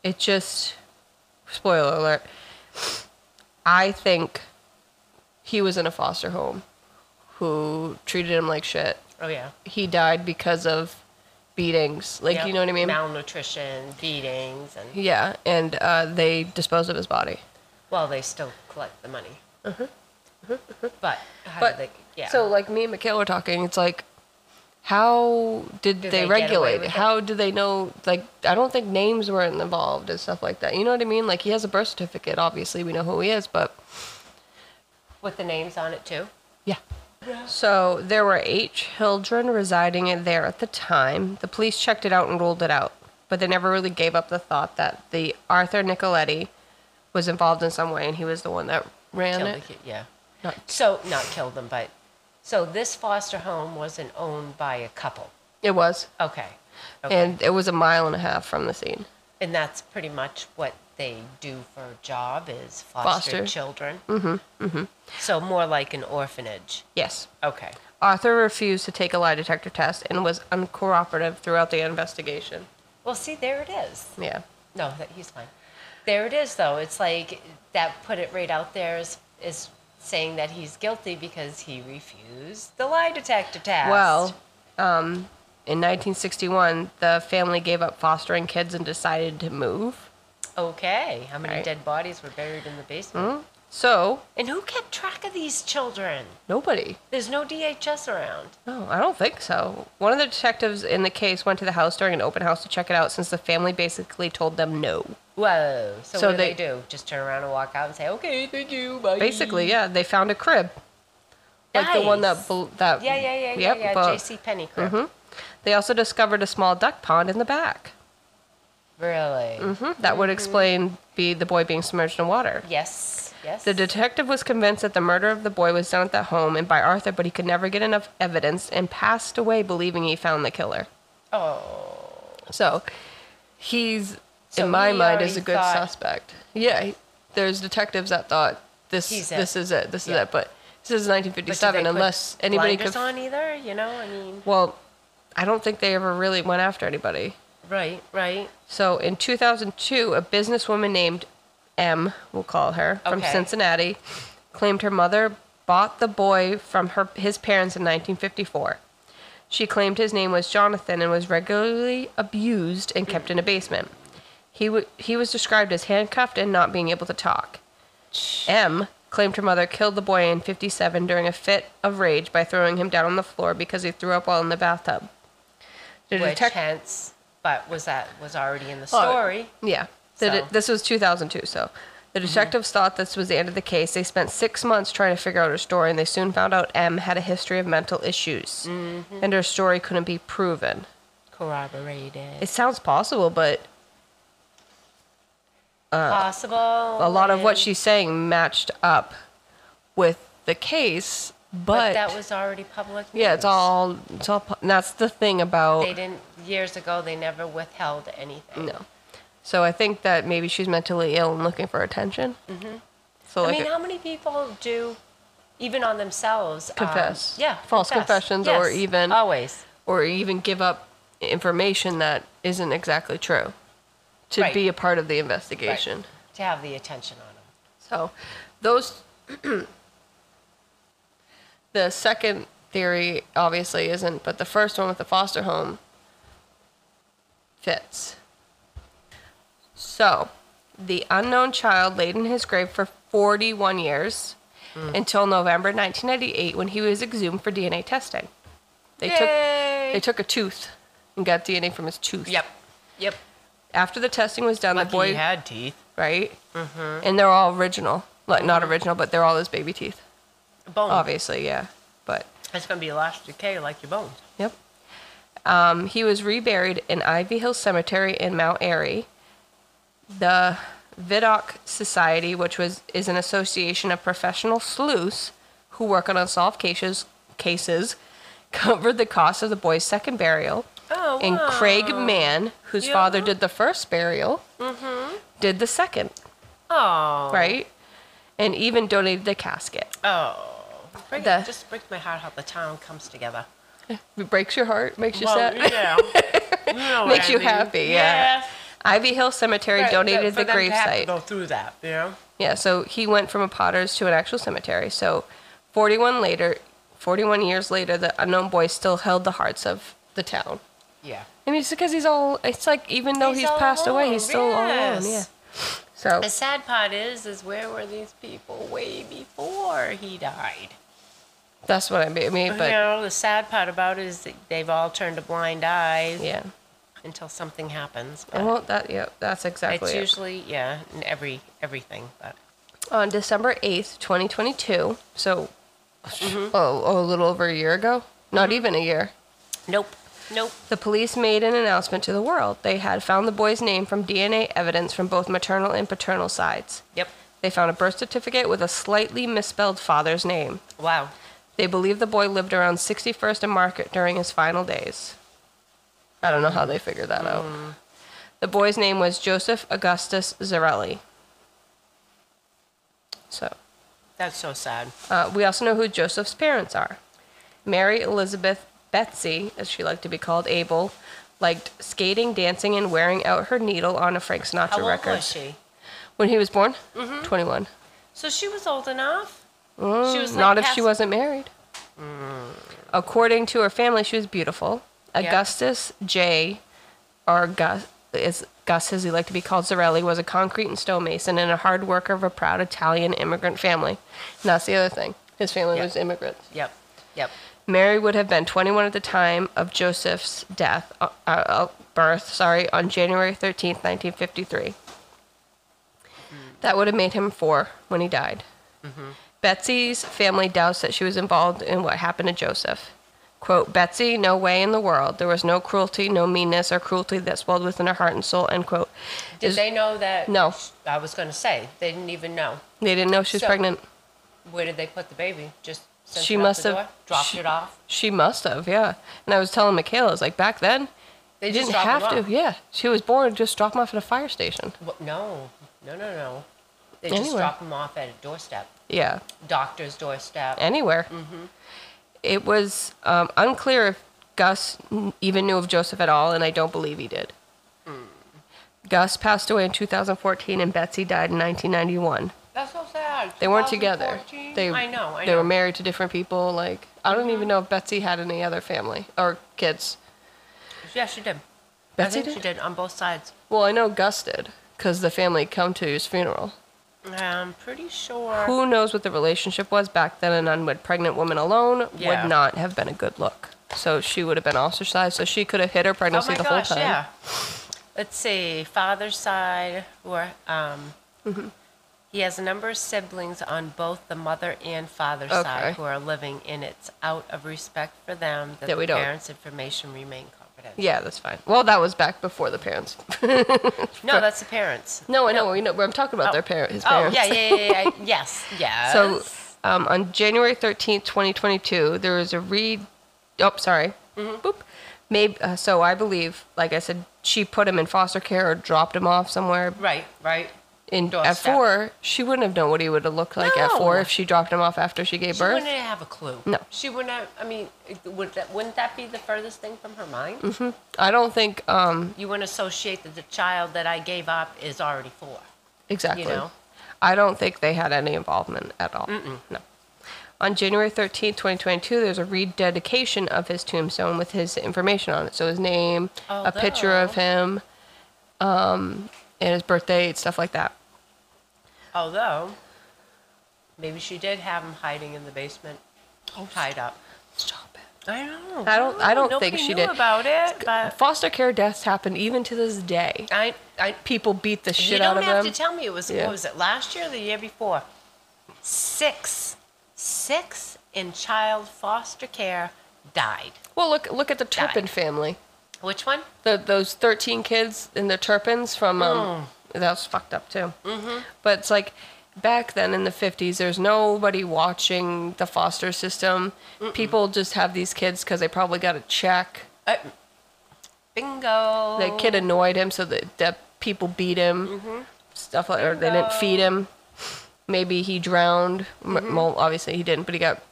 Speaker 1: It just, spoiler alert, I think he was in a foster home who treated him like shit.
Speaker 2: Oh yeah.
Speaker 1: He died because of beatings. Like,
Speaker 2: Yep.
Speaker 1: you know what I mean?
Speaker 2: Malnutrition, beatings, and
Speaker 1: yeah. And uh, they disposed of his body.
Speaker 2: well, they still collect the money. But how
Speaker 1: Uh-huh. But
Speaker 2: do they? Yeah.
Speaker 1: So like me and Mikhail were talking, it's like, how did they,
Speaker 2: Did they get away
Speaker 1: regulate
Speaker 2: with
Speaker 1: it?
Speaker 2: it?
Speaker 1: How do they know? Like I don't think names were involved and stuff like that. You know what I mean? Like he has a birth certificate. Obviously, we know who he is, but
Speaker 2: with the names on it too.
Speaker 1: yeah. So there were eight children residing in there at the time. The police checked it out and ruled it out, but they never really gave up the thought that the Arthur Nicoletti was involved in some way and he was the one that ran
Speaker 2: Killed
Speaker 1: it.
Speaker 2: the kid, yeah.
Speaker 1: Not-
Speaker 2: So not killed them, but so this foster home wasn't owned by a couple.
Speaker 1: It was,
Speaker 2: Okay. okay.
Speaker 1: and it was a mile and a half from the scene.
Speaker 2: And that's pretty much what they do for a job is foster,
Speaker 1: Foster.
Speaker 2: children. Mm-hmm. Mm-hmm. So more like an orphanage.
Speaker 1: Yes.
Speaker 2: Okay.
Speaker 1: Arthur refused to take a lie detector test and was uncooperative throughout the investigation.
Speaker 2: Well, see, there it is.
Speaker 1: Yeah.
Speaker 2: No, that he's fine. There it is, though. It's like that put it right out there is is saying that he's guilty because he refused the lie detector test.
Speaker 1: Well, um, in 1961, the family gave up fostering kids and decided to move.
Speaker 2: okay. How many
Speaker 1: Right. Hmm?
Speaker 2: dead bodies were buried in the basement?
Speaker 1: So,
Speaker 2: And who kept track of these children?
Speaker 1: nobody.
Speaker 2: There's no DHS around.
Speaker 1: No, I don't think so. One of the detectives in the case went to the house during an open house to check it out since the family basically told them no.
Speaker 2: Whoa. So,
Speaker 1: So
Speaker 2: what do they,
Speaker 1: they-
Speaker 2: do? Just turn around and walk out and say, "Okay, thank you." Bye.
Speaker 1: Basically, yeah, they found a crib. Like the one that.
Speaker 2: Nice.
Speaker 1: bel- that
Speaker 2: Yeah, yeah, yeah,
Speaker 1: yep,
Speaker 2: yeah, yeah.
Speaker 1: but- Mm-hmm.
Speaker 2: J.C. Penny crib.
Speaker 1: They also discovered a small duck pond in the back.
Speaker 2: Really?
Speaker 1: Mhm, That would explain be the boy being submerged in water.
Speaker 2: Yes. Yes.
Speaker 1: The detective was convinced that the murder of the boy was done at the home and by Arthur, but he could never get enough evidence and passed away believing he found the killer.
Speaker 2: oh.
Speaker 1: So he's,
Speaker 2: So
Speaker 1: in my
Speaker 2: he
Speaker 1: mind, is
Speaker 2: already
Speaker 1: a good
Speaker 2: thought-
Speaker 1: suspect. Yeah, he- there's detectives that thought this
Speaker 2: He's it.
Speaker 1: this is it, this is
Speaker 2: Yeah.
Speaker 1: it, but this is
Speaker 2: But do they
Speaker 1: 1957.
Speaker 2: put
Speaker 1: Unless anybody
Speaker 2: blinders
Speaker 1: could,
Speaker 2: on either, you know. I mean,
Speaker 1: well, I don't think they ever really went after anybody.
Speaker 2: right, right.
Speaker 1: So in 2002, a businesswoman named M, we'll call her, from
Speaker 2: Okay.
Speaker 1: Cincinnati, claimed her mother bought the boy from her his parents in 1954. She claimed his name was Jonathan and was regularly abused and kept in a basement. He, w- he was described as handcuffed and not being able to talk. M claimed her mother killed the boy in 57 during a fit of rage by throwing him down on the floor because he threw up while in the bathtub. The
Speaker 2: Which
Speaker 1: detec-
Speaker 2: hence, but was that was already in the
Speaker 1: Oh,
Speaker 2: story.
Speaker 1: Yeah. The de-
Speaker 2: So- Mm-hmm.
Speaker 1: this was 2002, so. The detectives thought this was the end of the case. They spent six months trying to figure out her story, and they soon found out M had a history of mental issues,
Speaker 2: Mm-hmm.
Speaker 1: and her story couldn't be proven. It
Speaker 2: Corroborated.
Speaker 1: sounds possible, but
Speaker 2: Possible.
Speaker 1: a lot of what
Speaker 2: and-
Speaker 1: she's saying matched up with the case. But,
Speaker 2: But that was already public.
Speaker 1: yeah, it's
Speaker 2: news.
Speaker 1: all it's all. pu- and That's the thing about
Speaker 2: They didn't years ago. They never withheld anything.
Speaker 1: no. So I think that maybe she's mentally ill and looking for attention. Mm-hmm. So
Speaker 2: I
Speaker 1: like
Speaker 2: mean, how many people do, even on themselves, um,
Speaker 1: Confess.
Speaker 2: yeah,
Speaker 1: False
Speaker 2: confess.
Speaker 1: confessions or
Speaker 2: Yes,
Speaker 1: even-
Speaker 2: always.
Speaker 1: or even give up information that isn't exactly true to
Speaker 2: Right.
Speaker 1: be a part of the investigation.
Speaker 2: to have the attention on them.
Speaker 1: So those the second theory obviously isn't, but the first one with the foster home fits. So the unknown child laid in his grave for 41 years
Speaker 2: Mm.
Speaker 1: until November 1998 when he was exhumed for DNA testing. They took
Speaker 2: Yay.
Speaker 1: they took a tooth and got DNA from his tooth.
Speaker 2: Yep. Yep.
Speaker 1: After the testing was done, the boy
Speaker 2: had Mm-hmm. teeth.
Speaker 1: right? And they're all original. Like, not original, but they're all his baby teeth.
Speaker 2: Bone.
Speaker 1: Obviously, yeah. But,
Speaker 2: It's gonna be lost decay like your bones.
Speaker 1: yep. Um, he was reburied in Ivy Hill Cemetery in Mount Airy. The Vidocq Society, which was is an association of professional sleuths who work on unsolved cases, cases covered the cost of the boy's second burial.
Speaker 2: Oh.
Speaker 1: And Craig Mann, whose
Speaker 2: Yeah. Mm-hmm.
Speaker 1: father did the first burial, did the second.
Speaker 2: Oh.
Speaker 1: right? And even donated the casket.
Speaker 2: Oh. Break,
Speaker 1: The-
Speaker 2: just breaks my heart how the town comes together.
Speaker 1: It breaks your heart, makes you sad.
Speaker 2: yeah. You know what
Speaker 1: Makes
Speaker 2: I
Speaker 1: you
Speaker 2: mean.
Speaker 1: happy, yeah.
Speaker 2: Yes.
Speaker 1: Ivy Hill Cemetery
Speaker 2: Right,
Speaker 1: donated
Speaker 2: for
Speaker 1: the
Speaker 2: them to have to
Speaker 1: gravesite.
Speaker 2: Go through that, yeah.
Speaker 1: Yeah, so he went from a potter's to an actual cemetery. So 41 later, 41 years later, the unknown boy still held the hearts of the town.
Speaker 2: Yeah.
Speaker 1: I mean, it's because he's all, it's like even though
Speaker 2: He's
Speaker 1: he's,
Speaker 2: all
Speaker 1: passed away, he's
Speaker 2: alone,
Speaker 1: still all alone. Yeah.
Speaker 2: yes.
Speaker 1: So,
Speaker 2: The sad part is, is where were these people way before he died?
Speaker 1: that's what I mean. I mean,
Speaker 2: you
Speaker 1: But
Speaker 2: know, the sad part about it is that they've all turned a blind eye
Speaker 1: yeah. Oh,
Speaker 2: until something happens. But
Speaker 1: Well, that, yeah, that's exactly
Speaker 2: it's
Speaker 1: it.
Speaker 2: usually, yeah, in every everything. But
Speaker 1: on December 8th, 2022. So, oh, oh, a little over a year ago? Not even a year.
Speaker 2: nope, nope.
Speaker 1: The police made an announcement to the world. They had found the boy's name from DNA evidence from both maternal and paternal sides.
Speaker 2: Yep.
Speaker 1: They found a birth certificate with a slightly misspelled father's name.
Speaker 2: Wow.
Speaker 1: They believe the boy lived around 61st and Market during his final days. I don't know how they figured that out. The boy's name was Joseph Augustus Zarelli. So,
Speaker 2: That's so sad.
Speaker 1: uh, we also know who Joseph's parents are. Mary Elizabeth Betsy, as she liked to be called, Abel, liked skating, dancing, and wearing out her needle on a Frank Sinatra
Speaker 2: How old
Speaker 1: record.
Speaker 2: was she?
Speaker 1: When he was born? 21.
Speaker 2: So she was old enough. she was like
Speaker 1: Mm, Not if
Speaker 2: past- Mm.
Speaker 1: she wasn't married. According to her family, she was beautiful. Augustus J, or Gus, is Gus as he liked to be called Zarelli, was a concrete and stonemason and a hard worker of a proud Italian immigrant family. And that's the other thing. His family
Speaker 2: Yeah.
Speaker 1: was immigrants.
Speaker 2: Yep. Yep.
Speaker 1: Mary would have been 21 at the time of Joseph's death, uh, uh, birth, sorry, on January 13th, 1953. That would have made him four when he died.
Speaker 2: Mm-hmm.
Speaker 1: Betsy's family doubts that she was involved in what happened to Joseph. Quote, Betsy, no way in the world. There was no cruelty, no meanness, or cruelty that swelled within her heart and soul, end quote.
Speaker 2: Did
Speaker 1: Is-
Speaker 2: they know that?
Speaker 1: No.
Speaker 2: I was going to say they didn't even know.
Speaker 1: They didn't know she was
Speaker 2: So-
Speaker 1: pregnant.
Speaker 2: Where did they put the baby? Just sent
Speaker 1: She
Speaker 2: it out
Speaker 1: must
Speaker 2: the
Speaker 1: have-
Speaker 2: door? dropped
Speaker 1: she-
Speaker 2: it off.
Speaker 1: She must have, yeah. And I was telling Michaela, I was like, back then,
Speaker 2: They
Speaker 1: You
Speaker 2: just
Speaker 1: didn't have
Speaker 2: dropped them
Speaker 1: to.
Speaker 2: off.
Speaker 1: Yeah, she was born. Just drop them off at a fire station.
Speaker 2: Wha- No, no, no, no. They just
Speaker 1: Anywhere.
Speaker 2: drop them off at a doorstep,
Speaker 1: Yeah,
Speaker 2: doctor's doorstep.
Speaker 1: anywhere.
Speaker 2: Mm-hmm.
Speaker 1: It was um, unclear if Gus n- even knew of Joseph at all, and I don't believe he did.
Speaker 2: Mm.
Speaker 1: Gus passed away in 2014, and Betsy died in 1991.
Speaker 2: That's so sad.
Speaker 1: They weren't together.
Speaker 2: 2014?
Speaker 1: They
Speaker 2: I know. I
Speaker 1: they
Speaker 2: know. Mm-hmm.
Speaker 1: were married to different people. Like I don't even know if Betsy had any other family or kids.
Speaker 2: yeah, she did. I
Speaker 1: Betsy
Speaker 2: think
Speaker 1: did?
Speaker 2: she did on both sides.
Speaker 1: Well, I know Gus did because the family come to his funeral.
Speaker 2: I'm pretty sure.
Speaker 1: Who knows what the relationship was back then? An unwed pregnant woman alone
Speaker 2: Yeah.
Speaker 1: would not have been a good look. So she would have been ostracized. So she could have hid her
Speaker 2: oh
Speaker 1: pregnancy
Speaker 2: my
Speaker 1: the
Speaker 2: gosh,
Speaker 1: whole time.
Speaker 2: yeah. Let's see. Father's side, where um,
Speaker 1: Mm-hmm.
Speaker 2: he has a number of siblings on both the mother and father's
Speaker 1: Okay.
Speaker 2: side who are living, and it's out of respect for them that
Speaker 1: That
Speaker 2: the
Speaker 1: we don't-
Speaker 2: parents' information remain confidential.
Speaker 1: Yeah, that's fine. Well, that was back before the parents.
Speaker 2: No, that's the parents.
Speaker 1: No, I know. We know. I'm talking about their parent, his
Speaker 2: Oh,
Speaker 1: parents.
Speaker 2: yeah, yeah, yeah, yeah. yes, yes.
Speaker 1: So um, on January 13th, 2022, there was a read. Oh, sorry.
Speaker 2: Mm-hmm.
Speaker 1: Boop. Maybe, uh, so I believe, like I said, she put him in foster care or dropped him off somewhere.
Speaker 2: right, right.
Speaker 1: In at
Speaker 2: Doorstep.
Speaker 1: four, she wouldn't have known what he would have looked like at four
Speaker 2: No.
Speaker 1: if she dropped him off after she gave
Speaker 2: She
Speaker 1: birth.
Speaker 2: wouldn't have a clue.
Speaker 1: No.
Speaker 2: She wouldn't. Have, I mean, it- would that wouldn't that be the furthest thing from her mind?
Speaker 1: I don't think um,
Speaker 2: You wouldn't associate that the child that I gave up is already four.
Speaker 1: Exactly.
Speaker 2: know?
Speaker 1: I don't think they had any involvement at all. No. On January 13, 2022, there's a rededication of his tombstone with his information on it. So his name, a picture of
Speaker 2: Although-
Speaker 1: him, um, and his birth date, stuff like that.
Speaker 2: Although, maybe she did have him hiding in the basement, tied up.
Speaker 1: Stop it.
Speaker 2: I know.
Speaker 1: Oh, I don't- I don't
Speaker 2: Nobody
Speaker 1: think she
Speaker 2: knew
Speaker 1: did.
Speaker 2: about it, but
Speaker 1: Foster care deaths happen even to this day.
Speaker 2: I, I.
Speaker 1: People beat the shit
Speaker 2: you
Speaker 1: out
Speaker 2: don't
Speaker 1: of
Speaker 2: have
Speaker 1: them.
Speaker 2: to tell me it was.
Speaker 1: Yeah.
Speaker 2: What was it? Last year, or the year before, six, six in child foster care died.
Speaker 1: well, look look at the Turpin
Speaker 2: Died.
Speaker 1: family.
Speaker 2: Which one?
Speaker 1: the, those 13 kids in the Turpins from um, that was fucked up too. Mm-hmm. But it's like back then in the 50s, there's nobody watching the foster system. People just have these kids because they probably got a check.
Speaker 2: Uh, bingo.
Speaker 1: The kid annoyed him, so that the people beat him. Stuff like, or they didn't feed him. Maybe he drowned. M Well, obviously he didn't, but he got.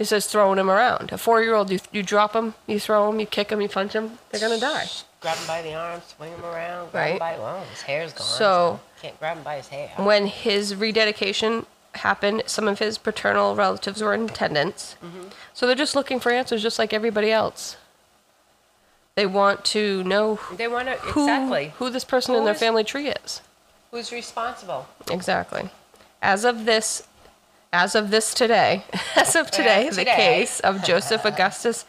Speaker 1: It's just throwing him around. A four-year-old, you you drop him, you throw him, you kick him, you punch him, they're gonna die.
Speaker 2: Grab him by the arm, swing him around, grab
Speaker 1: Right.
Speaker 2: him by well, his hair's gone.
Speaker 1: So-
Speaker 2: can't grab him by his hair.
Speaker 1: when his rededication happened, some of his paternal relatives were in attendance.
Speaker 2: Mm-hmm.
Speaker 1: So they're just looking for answers, just like everybody else. They want to know who,
Speaker 2: They want to exactly
Speaker 1: who this person in
Speaker 2: Who
Speaker 1: their
Speaker 2: is-
Speaker 1: family tree is.
Speaker 2: who's responsible.
Speaker 1: Exactly. As of this, as of this today, as of today,
Speaker 2: As
Speaker 1: the
Speaker 2: today.
Speaker 1: case of Joseph Augustus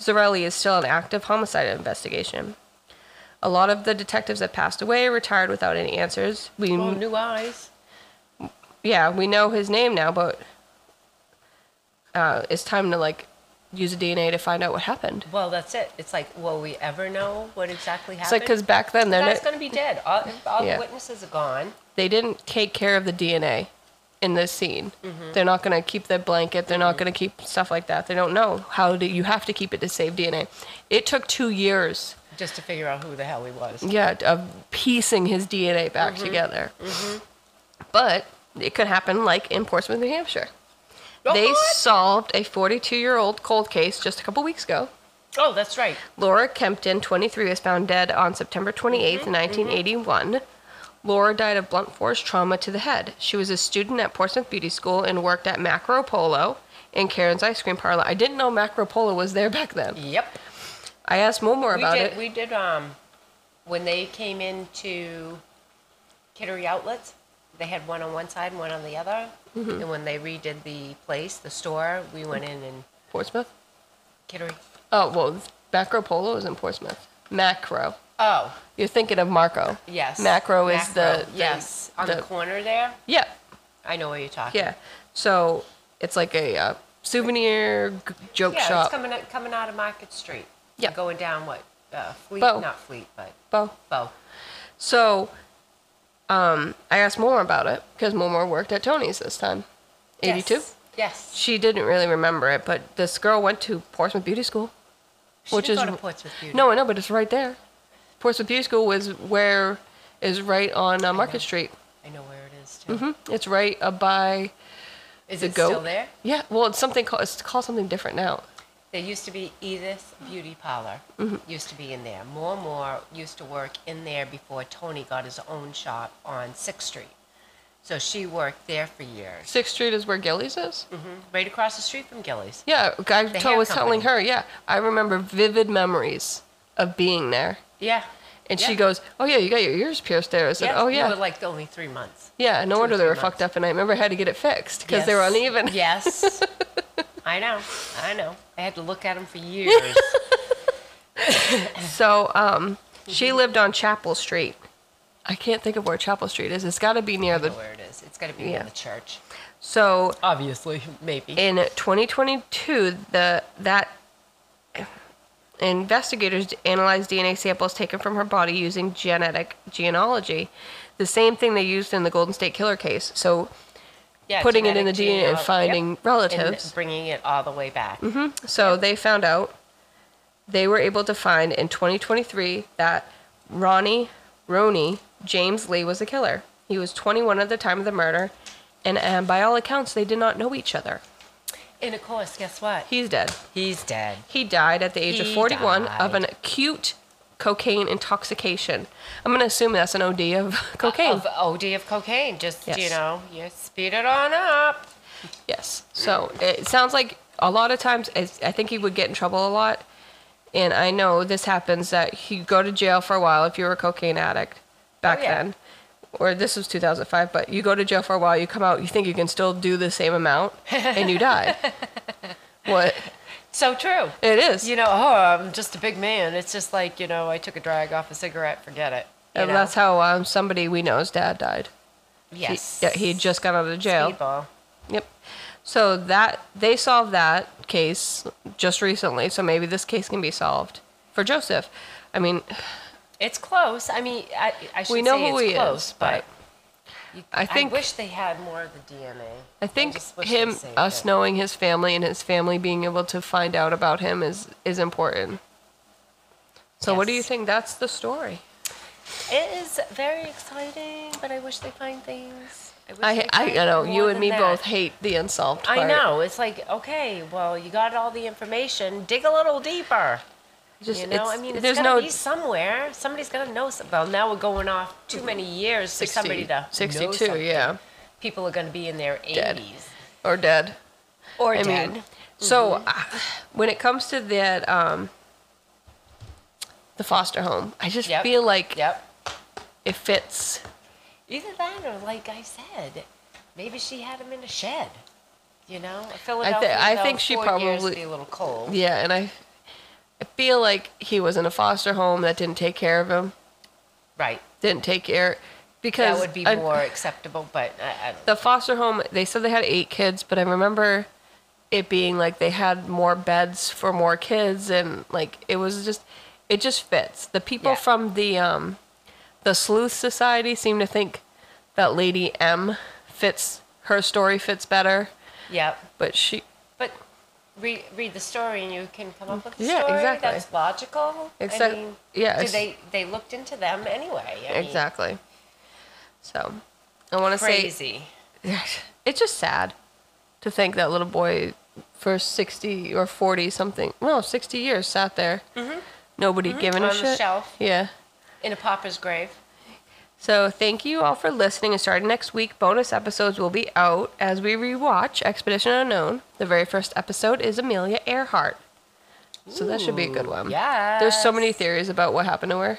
Speaker 1: Zarelli is still an active homicide investigation. A lot of the detectives that passed away retired without any answers. We
Speaker 2: Oh, new eyes.
Speaker 1: yeah, we know his name now, but uh, it's time to like use the DNA to find out what happened.
Speaker 2: Well, that's it. It's like, will we ever know what exactly happened?
Speaker 1: It's like because back then
Speaker 2: the
Speaker 1: they're
Speaker 2: guy's
Speaker 1: not,
Speaker 2: going to be dead. All, all
Speaker 1: Yeah.
Speaker 2: the witnesses are gone.
Speaker 1: they didn't take care of the DNA in this scene.
Speaker 2: Mm-hmm.
Speaker 1: They're not gonna keep the blanket. They're not gonna keep stuff like that. They don't know how do you have to keep it to save DNA. It took two years,
Speaker 2: Just to figure out who the hell he was.
Speaker 1: yeah, of piecing his DNA back
Speaker 2: Mm-hmm.
Speaker 1: together. But it could happen like in Portsmouth, New Hampshire. They
Speaker 2: Oh, What?
Speaker 1: solved a 42 year old cold case just a couple weeks ago.
Speaker 2: oh, that's right.
Speaker 1: Laura Kempton, 23, was found dead on September 28,
Speaker 2: Mm-hmm,
Speaker 1: 1981. Laura died of blunt force trauma to the head. She was a student at Portsmouth Beauty School and worked at Macro Polo and Karen's Ice Cream Parlor. I didn't know Macro Polo was there back then.
Speaker 2: Yep.
Speaker 1: I asked Mo more about
Speaker 2: we did,
Speaker 1: it.
Speaker 2: We did, um, when they came into Kittery Outlets, they had one on one side and one on the other.
Speaker 1: Mm-hmm.
Speaker 2: And when they redid the place, the store, we went in and
Speaker 1: Portsmouth?
Speaker 2: Kittery.
Speaker 1: Oh, well, Macro Polo is in Portsmouth. Macro.
Speaker 2: Oh,
Speaker 1: You're thinking of Marco.
Speaker 2: yes.
Speaker 1: Macro is the- the-
Speaker 2: Yes, on the,
Speaker 1: the-
Speaker 2: corner there.
Speaker 1: Yeah,
Speaker 2: I know what you're talking
Speaker 1: yeah. So it's like a uh, souvenir g- joke
Speaker 2: Yeah,
Speaker 1: shop.
Speaker 2: it's coming, out- coming out of Market Street.
Speaker 1: Yeah.
Speaker 2: Going down what? Uh, Fleet,
Speaker 1: Bow.
Speaker 2: not Fleet, but
Speaker 1: Bo.
Speaker 2: Bow.
Speaker 1: So um, I asked Moore about it because Moore worked at Tony's this time, 82.
Speaker 2: Yes. yes.
Speaker 1: She didn't really remember it, but this girl went to Portsmouth Beauty School.
Speaker 2: She
Speaker 1: Which
Speaker 2: did
Speaker 1: is-
Speaker 2: go to Portsmouth Beauty.
Speaker 1: No, I know, but it's right there. Portsmouth Beauty School was where is right on uh, Market Street.
Speaker 2: I know where it is too.
Speaker 1: Hmm, It's right uh, by
Speaker 2: Is
Speaker 1: the
Speaker 2: it
Speaker 1: goat.
Speaker 2: still there?
Speaker 1: Yeah, well, it's something called it's called something different now.
Speaker 2: There used to be Edith Beauty Parlor.
Speaker 1: Mm-hmm.
Speaker 2: Used to be in there. More and more used to work in there before Tony got his own shop on Sixth Street. So she worked there for years,
Speaker 1: Sixth Street is where Gillies is.
Speaker 2: right across the street from Gillies.
Speaker 1: Yeah, I
Speaker 2: Mm. The
Speaker 1: to-
Speaker 2: hair
Speaker 1: was telling her. Yeah, I remember vivid memories of being there
Speaker 2: Yeah.
Speaker 1: And she
Speaker 2: Yeah.
Speaker 1: goes, "Oh yeah, you got your ears pierced there." I said, "Oh
Speaker 2: You were
Speaker 1: yeah,
Speaker 2: like only three months.
Speaker 1: yeah." No
Speaker 2: two or
Speaker 1: wonder they
Speaker 2: three
Speaker 1: were fucked up, and I remember I had to get it fixed because they were
Speaker 2: Yes.
Speaker 1: uneven.
Speaker 2: Yes. I know. I know. I had to look at them for years.
Speaker 1: So um, she
Speaker 2: Mm-hmm.
Speaker 1: lived on Chapel Street. I can't think of where Chapel Street is. It's got to be near
Speaker 2: I don't
Speaker 1: the.
Speaker 2: know where it is. It's got to be
Speaker 1: Yeah.
Speaker 2: in the church.
Speaker 1: So
Speaker 2: Obviously, maybe.
Speaker 1: in 2022, the that investigators analyzed DNA samples taken from her body using genetic genealogy, the same thing they used in the Golden State Killer case. So
Speaker 2: yeah,
Speaker 1: putting it in the DNA
Speaker 2: genetic
Speaker 1: and
Speaker 2: genealogy.
Speaker 1: finding
Speaker 2: Yep.
Speaker 1: relatives. Mm-hmm.
Speaker 2: And bringing it all the way back.
Speaker 1: So they found out they were able to find in 2023 that Ronnie Roney James Lee was the killer. He was 21 at the time of the murder, and, and by all accounts, they did not know each other.
Speaker 2: And of course, guess what?
Speaker 1: He's dead.
Speaker 2: He's dead.
Speaker 1: He died at the age of
Speaker 2: He
Speaker 1: 41 of an
Speaker 2: died.
Speaker 1: acute cocaine intoxication. I'm going to assume that's an OD of cocaine.
Speaker 2: Of OD of cocaine. Just,
Speaker 1: Yes.
Speaker 2: you know, you speed it on up.
Speaker 1: Yes. So it sounds like a lot of times, it's- I think he would get in trouble a lot. And I know this happens that he go to jail for a while if you were a cocaine addict back
Speaker 2: Oh, yeah.
Speaker 1: then, or this was 2005. But you go to jail for a while, you come out, you think you can still do the same amount, and you die. what
Speaker 2: So true.
Speaker 1: it is,
Speaker 2: You know, oh, I'm just a big man. It's just like, you know, I took a drag off a cigarette, forget it. You
Speaker 1: and
Speaker 2: know?
Speaker 1: that's how um, somebody we know's dad died. He-
Speaker 2: yes.
Speaker 1: yeah, he had just got out of jail.
Speaker 2: Speedball.
Speaker 1: Yep. So that they solved that case just recently, so maybe this case can be solved for Joseph. I mean,
Speaker 2: It's close. I mean, I, I should
Speaker 1: we know
Speaker 2: say
Speaker 1: who
Speaker 2: it's
Speaker 1: he
Speaker 2: close,
Speaker 1: is,
Speaker 2: but you-
Speaker 1: I think-
Speaker 2: wish they had more of the DNA.
Speaker 1: I think
Speaker 2: just wish they
Speaker 1: him,
Speaker 2: saved
Speaker 1: us
Speaker 2: it.
Speaker 1: knowing his family and his family being able to find out about him is is important. So what do you
Speaker 2: Yes.
Speaker 1: think? That's the story.
Speaker 2: It is very exciting, but I wish they find things. wish
Speaker 1: I
Speaker 2: they
Speaker 1: I,
Speaker 2: find
Speaker 1: I know
Speaker 2: more
Speaker 1: you and
Speaker 2: than
Speaker 1: me
Speaker 2: that.
Speaker 1: both hate the unsolved part.
Speaker 2: I know. It's like, okay, well, you got all the information. Dig a little deeper.
Speaker 1: Just
Speaker 2: you know,
Speaker 1: it's-
Speaker 2: I mean, it's
Speaker 1: there's
Speaker 2: gotta
Speaker 1: no
Speaker 2: be somewhere. Somebody's gotta know something. Well, now we're going off too many years for
Speaker 1: 60,
Speaker 2: somebody to
Speaker 1: 62,
Speaker 2: know something.
Speaker 1: yeah,
Speaker 2: People are gonna be in their
Speaker 1: Dead.
Speaker 2: eighties
Speaker 1: or dead.
Speaker 2: or
Speaker 1: I
Speaker 2: dead. Mm-hmm.
Speaker 1: mean, so uh, when it comes to that, um, the foster home, I just
Speaker 2: Yep.
Speaker 1: feel like
Speaker 2: yep.
Speaker 1: it fits.
Speaker 2: Either that or, like I said, maybe she had him in a shed. You know,
Speaker 1: I
Speaker 2: Philadelphia.
Speaker 1: I
Speaker 2: though,
Speaker 1: think she
Speaker 2: four years
Speaker 1: probably-
Speaker 2: be a little cold.
Speaker 1: Yeah, and I, I feel like he was in a foster home that didn't take care of him.
Speaker 2: Right.
Speaker 1: Didn't take care because
Speaker 2: That would be
Speaker 1: I-
Speaker 2: more acceptable, but I, I don't.
Speaker 1: the foster home. They said they had eight kids, but I remember it being like they had more beds for more kids, and like it was just, it just fits. The people
Speaker 2: Yeah.
Speaker 1: from the um, the sleuth society seem to think that Lady M fits her story fits better,
Speaker 2: Yeah.
Speaker 1: but she
Speaker 2: But read read the story and you can come up with the
Speaker 1: Yeah,
Speaker 2: story.
Speaker 1: exactly.
Speaker 2: That's logical.
Speaker 1: Exact-
Speaker 2: I mean,
Speaker 1: yeah,
Speaker 2: Do
Speaker 1: it's-
Speaker 2: they they looked into them anyway? I mean,
Speaker 1: exactly. So I want to say
Speaker 2: Crazy.
Speaker 1: it's just sad to think that little boy for 60 or 40 something no 60 years sat there nobody giving a
Speaker 2: Mm-hmm. On the
Speaker 1: shit
Speaker 2: shelf.
Speaker 1: yeah
Speaker 2: In a pauper's grave.
Speaker 1: so thank you all for listening and starting next week bonus episodes will be out as we rewatch expedition unknown the very first episode is amelia earhart so that should be a good one
Speaker 2: Yeah.
Speaker 1: there's so many theories about what happened to her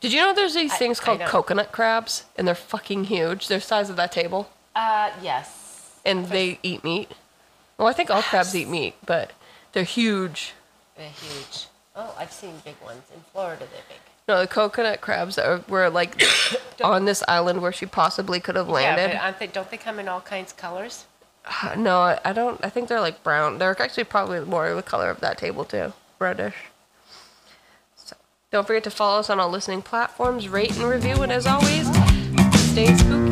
Speaker 1: did you know there's these
Speaker 2: I-
Speaker 1: things
Speaker 2: I
Speaker 1: called
Speaker 2: know.
Speaker 1: coconut crabs and they're fucking huge they're the size of that table
Speaker 2: Uh, yes.
Speaker 1: and they eat meat. Well, I think all crabs eat meat, but they're huge.
Speaker 2: They're huge. Oh, I've seen big ones in Florida. They're big.
Speaker 1: No, the coconut crabs are, were like on this island where she possibly could have landed.
Speaker 2: Yeah, but aren't they, don't they come in all kinds of colors?
Speaker 1: no, I, I don't. I think they're like brown. They're actually probably more the color of that table too, reddish. So, don't forget to follow us on all listening platforms, rate and review, and as always, stay spooky.